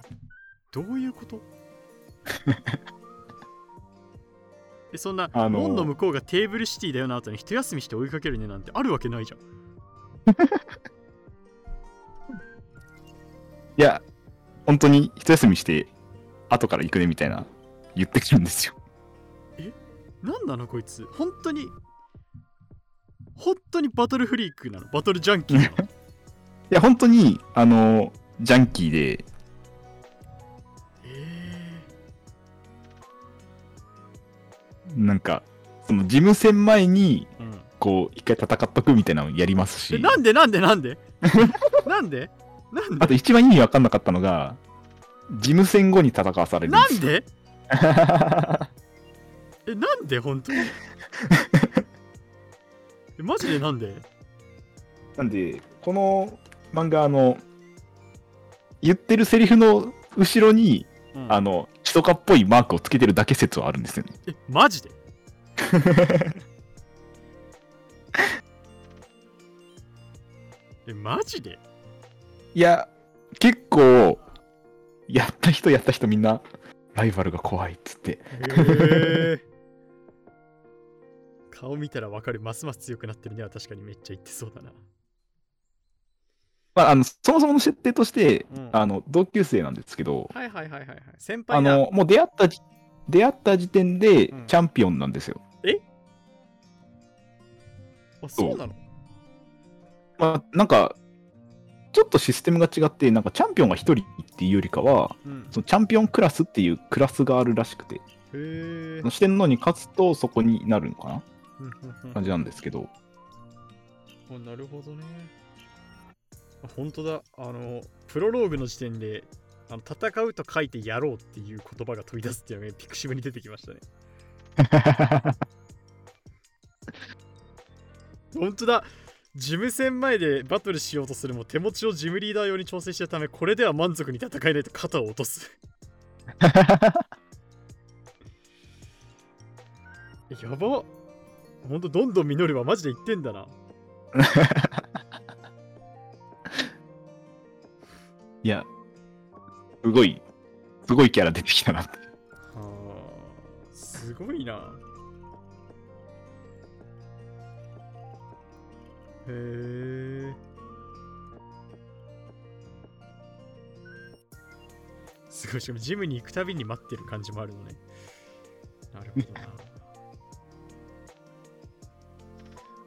S2: どういうことえそんな、
S1: あのー
S2: 門の向こうがテーブルシティだよな後に一休みして追いかけるねなんてあるわけないじゃん。
S1: いや、本当に一休みして、後から行くねみたいな言ってくるんですよ。
S2: なんなのこいつ本当に本当にバトルフリークなのバトルジャンキー
S1: い
S2: なの
S1: や、本当に、あの、ジャンキーで、
S2: え
S1: なんか、その事務戦前に、
S2: ーうん
S1: こう、一回戦っとくみたいなのやります
S2: え
S1: し、
S2: なんでなんでなんでなんでなん
S1: あ
S2: で
S1: と一番意味わかんなかったのが、事務戦後に戦わされるんで
S2: な
S1: す
S2: ん
S1: よ。
S2: でえなんで本当にえマジでなんで
S1: なんで、この漫画、あの、言ってるセリフの後ろに、
S2: うん
S1: あの、基礎化っぽいマークをつけてるだけ説はあるんですよね。
S2: えマジ でえ、マジで
S1: いや、結構、やった人やった人みんな、ライバルが怖いっつって。
S2: へえ顔見たらわかる。ますます強くなってるには確かにめっちゃ言ってそうだな。
S1: まあ、あの、そもそもの設定として、
S2: うん
S1: あの、同級生なんですけど、
S2: はいはいはいはいはい。先
S1: あ
S2: 輩だ。
S1: の、もう出会ったじ、出会った時点で、チ
S2: うん
S1: ャンピオンなんですよ。
S2: あ、そうなの
S1: まあ、なんか、ちょっとシステムが違って、なんかチャンピオンが1人っていうよりかは、
S2: うん。
S1: そのチャンピオンクラスっていうクラスがあるらしくて、
S2: へえ
S1: その。四天王に勝つとそこになるのかな
S2: うんうんうん
S1: 感じなんですけど、
S2: あなるほどね。あ本当だ。あの、プロローグの時点で、あの戦うと書いてやろうっていう言葉が飛び出すっていうのがピクシブに出てきましたね。本当だ。ジム戦前でバトルしようとするも手持ちをジムリーダー用に調整してたため、これでは満足に戦えないと肩を落とす。やば。本当どんどん実ればマジで言ってんだな。
S1: いや、すごい、すごいキャラ出てきたなって。
S2: はあ、すごいな。へえ。すごい、しかもジムに行くたびに待ってる感じもあるのね。なるほどな。へ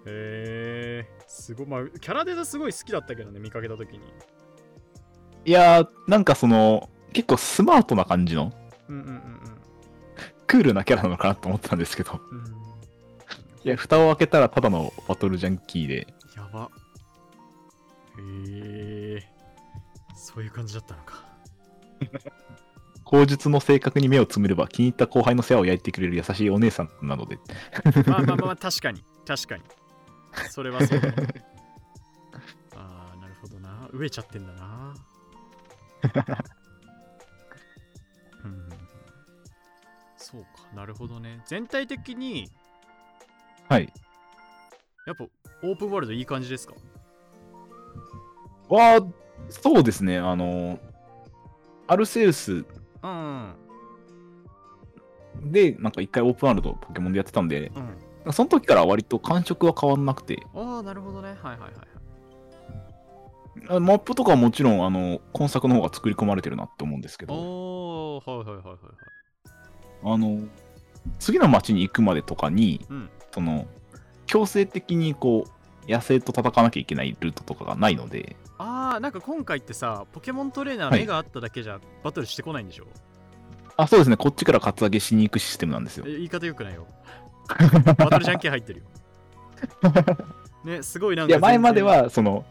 S2: え、すごい。まあ、キャラデザすごい好きだったけどね、見かけたときに。
S1: いやー、なんかその、結構スマートな感じの、
S2: うんうんうん
S1: クールなキャラなのかなと思ってたんですけど、
S2: うん。うん、
S1: いや、蓋を開けたらただのバトルジャンキーで、
S2: やば。へえ。そういう感じだったのか。
S1: 口述の性格に目をつむれば気に入った後輩の世話を焼いてくれる優しいお姉さんなので、
S2: まあまあまあ、確かに。確かに。それは そうだね。ああ、なるほどな。飢えちゃってんだな。うん。そうか、なるほどね。全体的に、
S1: はい。
S2: やっぱオープンワールドいい感じですか
S1: は、そうですね、あの、アルセウス
S2: うん。
S1: で、なんか一回オープンワールドポケモンでやってたんで、
S2: うん。
S1: その時から割と感触は変わんなくて、
S2: ああ、なるほどね。はいはいはいはい。
S1: あマップとかはもちろん、あの、今作の方が作り込まれてるなって思うんですけど、
S2: おー、はいはいはいはいはい。
S1: あの、次の町に行くまでとかに、
S2: うん
S1: その、強制的にこう、野生と戦わなきゃいけないルートとかがないので、
S2: ああ、なんか今回ってさ、ポケモントレーナー
S1: はい
S2: 目があっただけじゃバトルしてこないんでしょ、
S1: あ、そうですね、こっちからカツアゲしに行くシステムなんですよ
S2: え。言い方よ くないよ。バトルじゃんけん入ってるよ。ね、すごいなんか。
S1: いや、前まで。は、その、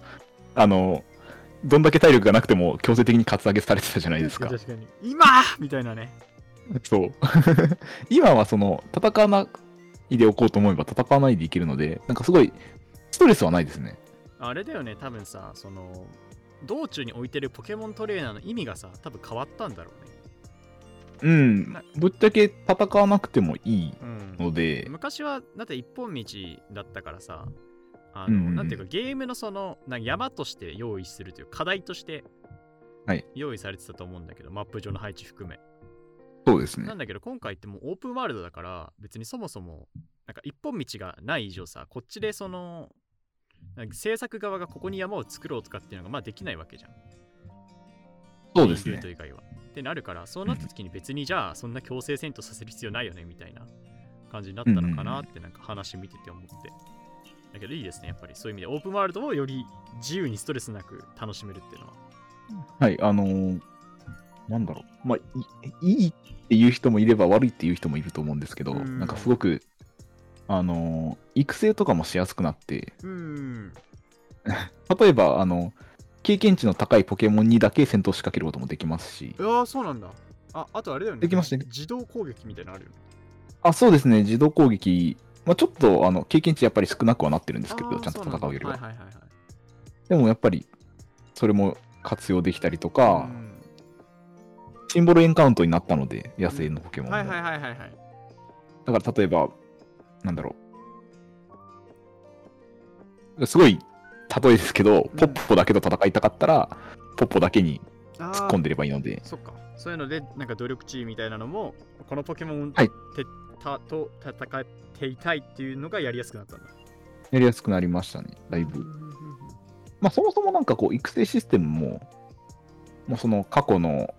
S1: あの、どんだけ体力がなくても強制的にカツアゲされてたじゃないですか。
S2: 確かに。今みたいなね。
S1: そう。 今はその、戦わないでおこうと思えば戦わないでいけるので、なんかすごい、ストレスはないですね。
S2: あれだよね、多分さ、その、道中に置いてるポケモントレーナーの意味がさ、多分変わったんだろうね。
S1: うん
S2: な。
S1: ぶっちゃけ戦わなくてもいい
S2: うん。
S1: ので、
S2: 昔は、だって一本道だったからさ、あの、
S1: うんうん
S2: なんていうか、ゲームのその、なんか山として用意するという課題として
S1: はい、
S2: 用意されてたと思うんだけど、マップ上の配置含め。
S1: そうです
S2: な。んだけど今回ってもうオープンワールドだから別にそもそもなんか一本道がない以上さこっちでそのなんか制作側がここに山を作ろうとかっていうのがまあできないわけじゃん。
S1: そうです
S2: ルー
S1: ね
S2: ト。以外は。ってなるからそうなった時に別にじゃあそんな強制戦闘させる必要ないよねみたいな感じになったのかなってなんか話見てて思って。だけどいいですねやっぱりそういう意味でオープンワールドをより自由にストレスなく楽しめるっていうのは。
S1: はい、あのーなんだろう。まあ、いいいっていう人もいれば悪いっていう人もいると思うんですけど、
S2: うん
S1: なんかすごく、あのー育成とかもしやすくなって、
S2: うん。
S1: 例えば、あの、経験値の高いポケモンにだけ戦闘仕掛けることもできますし、
S2: うわそうなんだ。ああとあれだよね。
S1: できましたね
S2: 自動攻撃みたいなのあるよね。
S1: あ、そうですね、自動攻撃、まあ、ちょっとあの経験値やっぱり少なくはなってるんですけ
S2: あ
S1: ど、
S2: ー
S1: ちゃんと戦うよりは。
S2: そうなんだはいはいはいはい
S1: でもやっぱり、それも活用できたりとか、
S2: うん
S1: シンボルエンカウントになったので、野生のポケモンも。
S2: はいはいはいはいはい。
S1: だから例えば、なんだろう。すごい例えですけど、
S2: うん
S1: ポッポだけと戦いたかったら、ポッポだけに突
S2: あー
S1: っ込んでればいいので、
S2: そっか。そういうので、なんか努力値みたいなのも、このポケモン
S1: はい
S2: てたと戦っていたいっていうのがやりやすくなったんだ。
S1: やりやすくなりましたね、だいぶ。まあ、そもそもなんかこう、育成システムも、もうその過去の、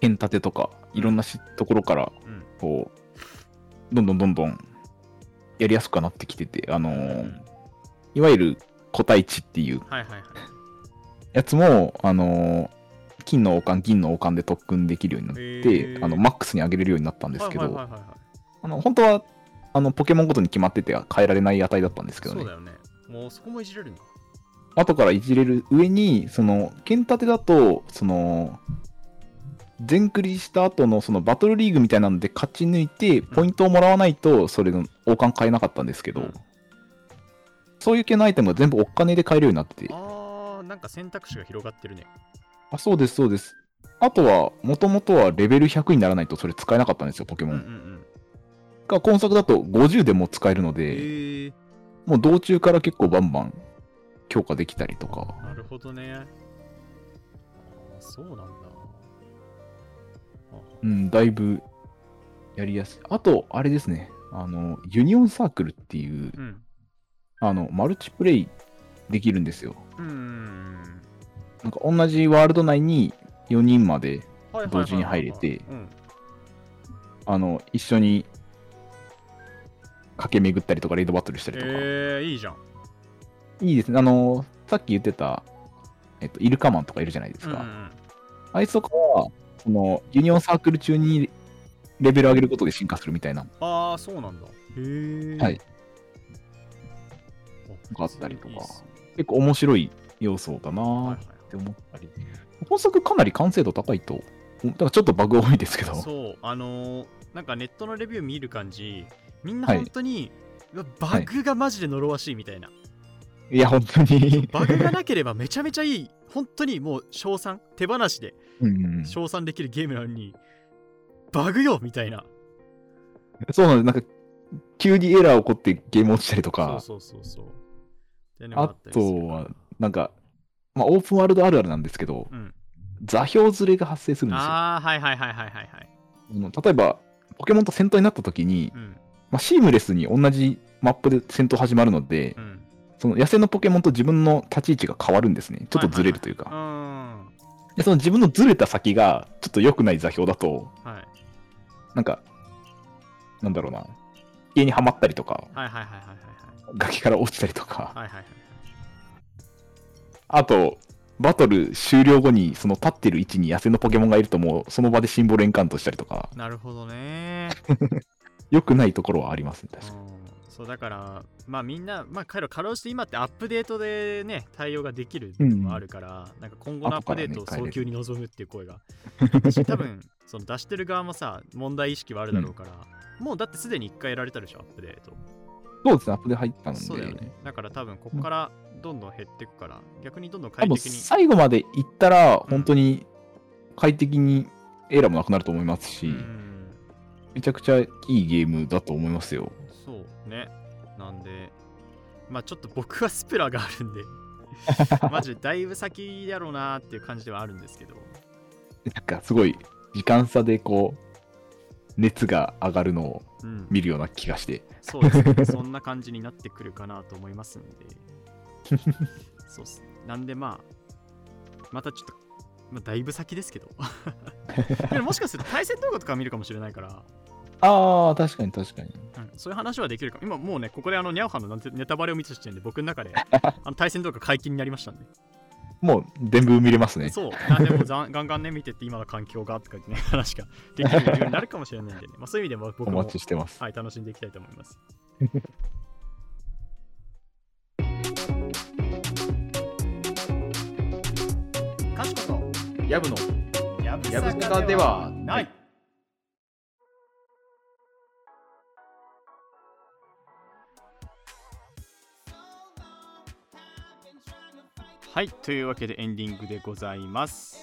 S1: 剣立てとか、いろんなしところから
S2: うん、
S1: こう、どんどんどんどん、やりやすくはなってきてて、あのー
S2: うん
S1: いわゆる個体値っていう
S2: はいはいはい。
S1: やつも、あのー金の王冠、銀の王冠で特訓できるようになって、
S2: へー
S1: あのマックスに上げれるようになったんですけど、
S2: はいはいはいはいはい
S1: あの本当はあのポケモンごとに決まってて変えられない値だったんですけど
S2: そう
S1: ね、
S2: だよね。もうそこもいじれるの。
S1: 後からいじれる上に、その剣立てだと、その、全クリした後のそのバトルリーグみたいなので勝ち抜いて、ポイントをもらわないと、それの王冠買えなかったんですけど、
S2: うん
S1: そういう系のアイテムが全部お金で買えるようになってて、
S2: あー、なんか選択肢が広がってるね。
S1: あ、そうです、そうです。あとは、もともとはレベル100にならないとそれ使えなかったんですよ、ポケ
S2: うん
S1: モ
S2: うんう
S1: ン。
S2: ん。
S1: が、今作だと50でも使えるの
S2: え
S1: で、
S2: ー、
S1: もう道中から結構バンバン強化できたりとか。
S2: なるほどね。あーそうなんだ。あ
S1: うん、だいぶやりやすい。あと、あれですね、あの、ユニオンサークルっていう、
S2: うん。
S1: あの、マルチプレイできるんですよ。
S2: うんうんうん。
S1: なんか同じワールド内に4人まで、
S2: はいはいはいはい
S1: 同時に入れて
S2: うん。
S1: あの、一緒に駆け巡ったりとか、レイドバトルしたりとか。
S2: えー、いいじゃん。
S1: いいですね。あの、さっき言ってた、えっと、イルカマンとかいるじゃないです
S2: うんうん
S1: か。
S2: うん、
S1: あいつとかは、その、ユニオンサークル中にレベル上げることで進化するみたいなの
S2: ああ、そうなんだ。へえ。
S1: はい
S2: あ。
S1: があったりとか
S2: いいっすね
S1: 結構面白い要素だなーっ
S2: はいはい
S1: て思ったり。本作かなり完成度高いと。だからちょっとバグ多いですけど。
S2: そう、あのーなんかネットのレビュー見る感じ、みんな
S1: はい
S2: 本当に、うわバ
S1: はい
S2: グがマジで呪わしいみたいな。
S1: いや、本当に。
S2: バグがなければめちゃめちゃいい、本当にもう賞賛、手放しで
S1: うんうん、そ
S2: 賞賛できるゲームなのに、バグよみたい
S1: う
S2: な。
S1: なんです。なんか、急にエラー起こってゲーム落ちたりとか、
S2: そうそうそうそう。ってのも
S1: あ
S2: ったりする
S1: とは、なんか、まあ、オープンワールドあるあるなんですけど、
S2: うん、
S1: 座標ずれが発生するんですよ。
S2: ああ、はいはいはいはいはいはい。
S1: あの例えば、ポケモンと戦闘になった時に
S2: う、ん、
S1: まあ、シームレスに同じマップで戦闘始まるので、
S2: うん。
S1: その野生のポケモンと自分の立ち位置が変わるんですね。ちょっとずれるという
S2: うー
S1: か。
S2: ん。は
S1: で、その自分のずれた先が、ちょっと良くない座標だと、
S2: い。はい
S1: なんか、なんだろうな。家にはまったりとか、
S2: はいはいはいはい
S1: 崖から落ちたりとか、
S2: はい。はいはいはい。
S1: あと、バトル終了後に、その立ってる位置に野生のポケモンがいると、もうその場でシンボルエンカウントしたりとか、
S2: なるほどね。
S1: 良くないところはありますね、確かに。
S2: うんそうだからまあみんなまあ彼らかろうじて今ってアップデートでね対応ができるのもあるから、なんか今後のアップデートを
S1: 後からね
S2: 早急に望むっていう声 が、多分その出してる側もさ問題意識はあるだろうから、もうだってすでに1回やられたでしょアップデート
S1: そうですね、アップで入ったので。
S2: そうだよねだから多分ここからどんどん減っていくから逆にどんどん
S1: 多
S2: 快
S1: 分
S2: 適に
S1: 最後まで行ったら、本当に快適にエラーもなくなると思いますし、
S2: うん
S1: めちゃくちゃいいゲームだと思いますよ。
S2: そうね。なんで、まあちょっと僕はスプラがあるんで、マジでだいぶ先だろうなーっていう感じではあるんですけど、
S1: なんかすごい時間差でこう、熱が上がるのを
S2: うん、
S1: 見るような気がして。
S2: そうですね。そんな感じになってくるかなと思いますんで、そうっすね。なんでまあ、またちょっと、まあ、だいぶ先ですけど、でももしかすると対戦動画とか見るかもしれないから、
S1: ああ、確かに確かに。
S2: うんそういう話はできるか今もうね、ここであのニャオハンのなんてネタバレを見た時点で僕の中であの対戦動画解禁になりましたんで。
S1: もう全部見れますね。
S2: そう、あでもざん ガンガンね、見てって今の環境がとか言ってね、話ができるようになるかもしれないんでね、まあ、そういう意味でも僕
S1: お
S2: も、
S1: 待ちしてます。
S2: はい、楽しんでいきたいと思います。 かしこ
S3: ヤブの
S2: と、やぶ。
S3: やぶさかではない
S2: はい、というわけでエンディングでございます。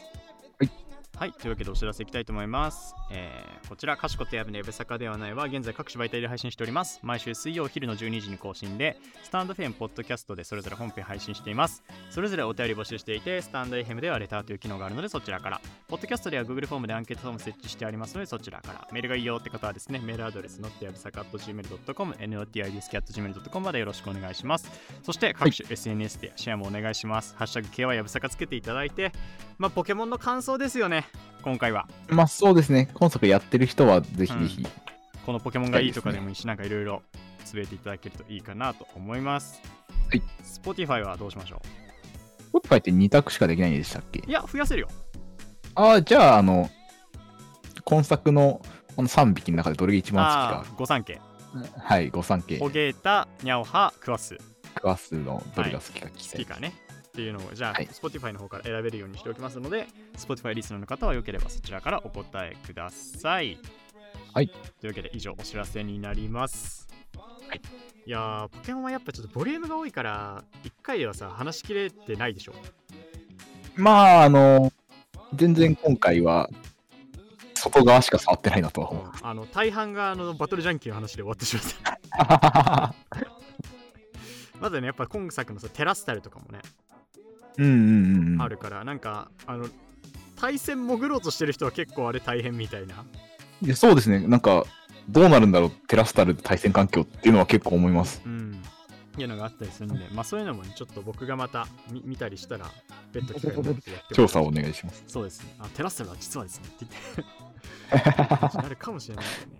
S1: はい
S2: はい、というわけでお知らせいきたいと思います。えーこちら、かしこてやぶのやぶさかではないは、現在各種媒体で配信しております。毎週水曜お昼の12時に更新で、スタンド FM、ポッドキャストでそれぞれ本編配信しています。それぞれお便り募集していて、スタンド FM ではレターという機能があるので、そちらから。ポッドキャストでは Google フォームでアンケートフォーム設置してありますので、そちらから。メールがいいよって方はですね、メールアドレス、のってやぶさか .gmail.com、notibsk.gmail.com までよろしくお願いします。そして、各種 SNS でシェアもお願いします。ハッシュタグ K はやぶさかつけていただいて、まあ、ポケモンの感想ですよね、今回は。
S1: まあそうですね、今作やってる人はぜひぜひ。
S2: このポケモンがいいとかでもいいし、なんかいろいろつぶやいていただけるといいかなと思います。
S1: はい。
S2: Spotify はどうしましょ
S1: Spotify って2択しかできないんでしたっけ
S2: ういや、増やせるよ。
S1: ああ、じゃあ、あの、今作のこの3匹の中でどれが一番
S2: ああ、御三家。
S1: 好きか。はい、御三家
S2: ホ、ゲータ、ニャオハ、クワス、
S1: クワスのどれが好きか聞き
S2: キ
S1: たい
S2: キかね。っていうのを、じゃあ、
S1: はい
S2: Spotify の方から選べるようにしておきますので、Spotify リスナーの方はよければそちらからお答えください。
S1: はい。
S2: というわけで、以上お知らせになります。
S1: はい。
S2: いやー、ポケモンはやっぱちょっとボリュームが多いから、1回ではさ、話しきれてないでしょ。
S1: まあ、あの、全然今回は、外側しか触ってないなとは思う。
S2: あの大半があのバトルジャンキーの話で終わってしまったまずねやっぱ今作のさテラスタルとかもね、
S1: うんうんうんうん。
S2: あるからなんかあの対戦潜ろうとしてる人は結構あれ大変みたいない
S1: やそうですね、なんか、どうなるんだろう、テラスタル対戦環境っていうのは結構思います。
S2: うんいうのがあったりするんでまあそういうのもねちょっと僕がまた見見たりしたら別途機会になってやっても
S1: 調査をお願いします。
S2: そうですねあテラスタルは実はですねって言 って話になるかもしれないですね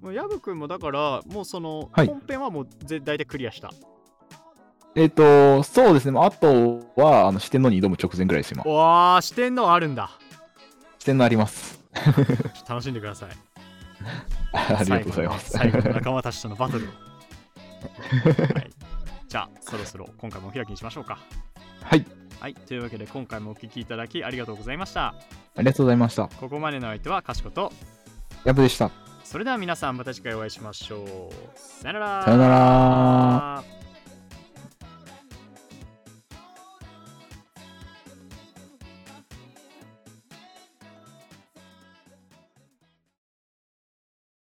S2: もうヤブ君もだからもうその、
S1: はい
S2: 本編はもうぜ大体クリアした
S1: えっ、と、そうですね、あとは、あの、四天王に挑む直前ぐらいです、今。
S2: おわしてんのあるんだ
S1: 四天王あります。
S2: ちょっと楽しんでください
S1: ありがとうございます。
S2: 最後の最後の仲間たちとのバト ルを。はい、じゃあ、そろそろ今回もお開きにしましょうか。
S1: はい、
S2: はい、というわけで今回もお聞きいただきありがとうございました。
S1: ありがとうございました。
S2: ここまでの相手はかしこと。
S1: やぶでした。
S2: それでは皆さんまた次回お会いしましょう。さよなら。
S1: さよなら。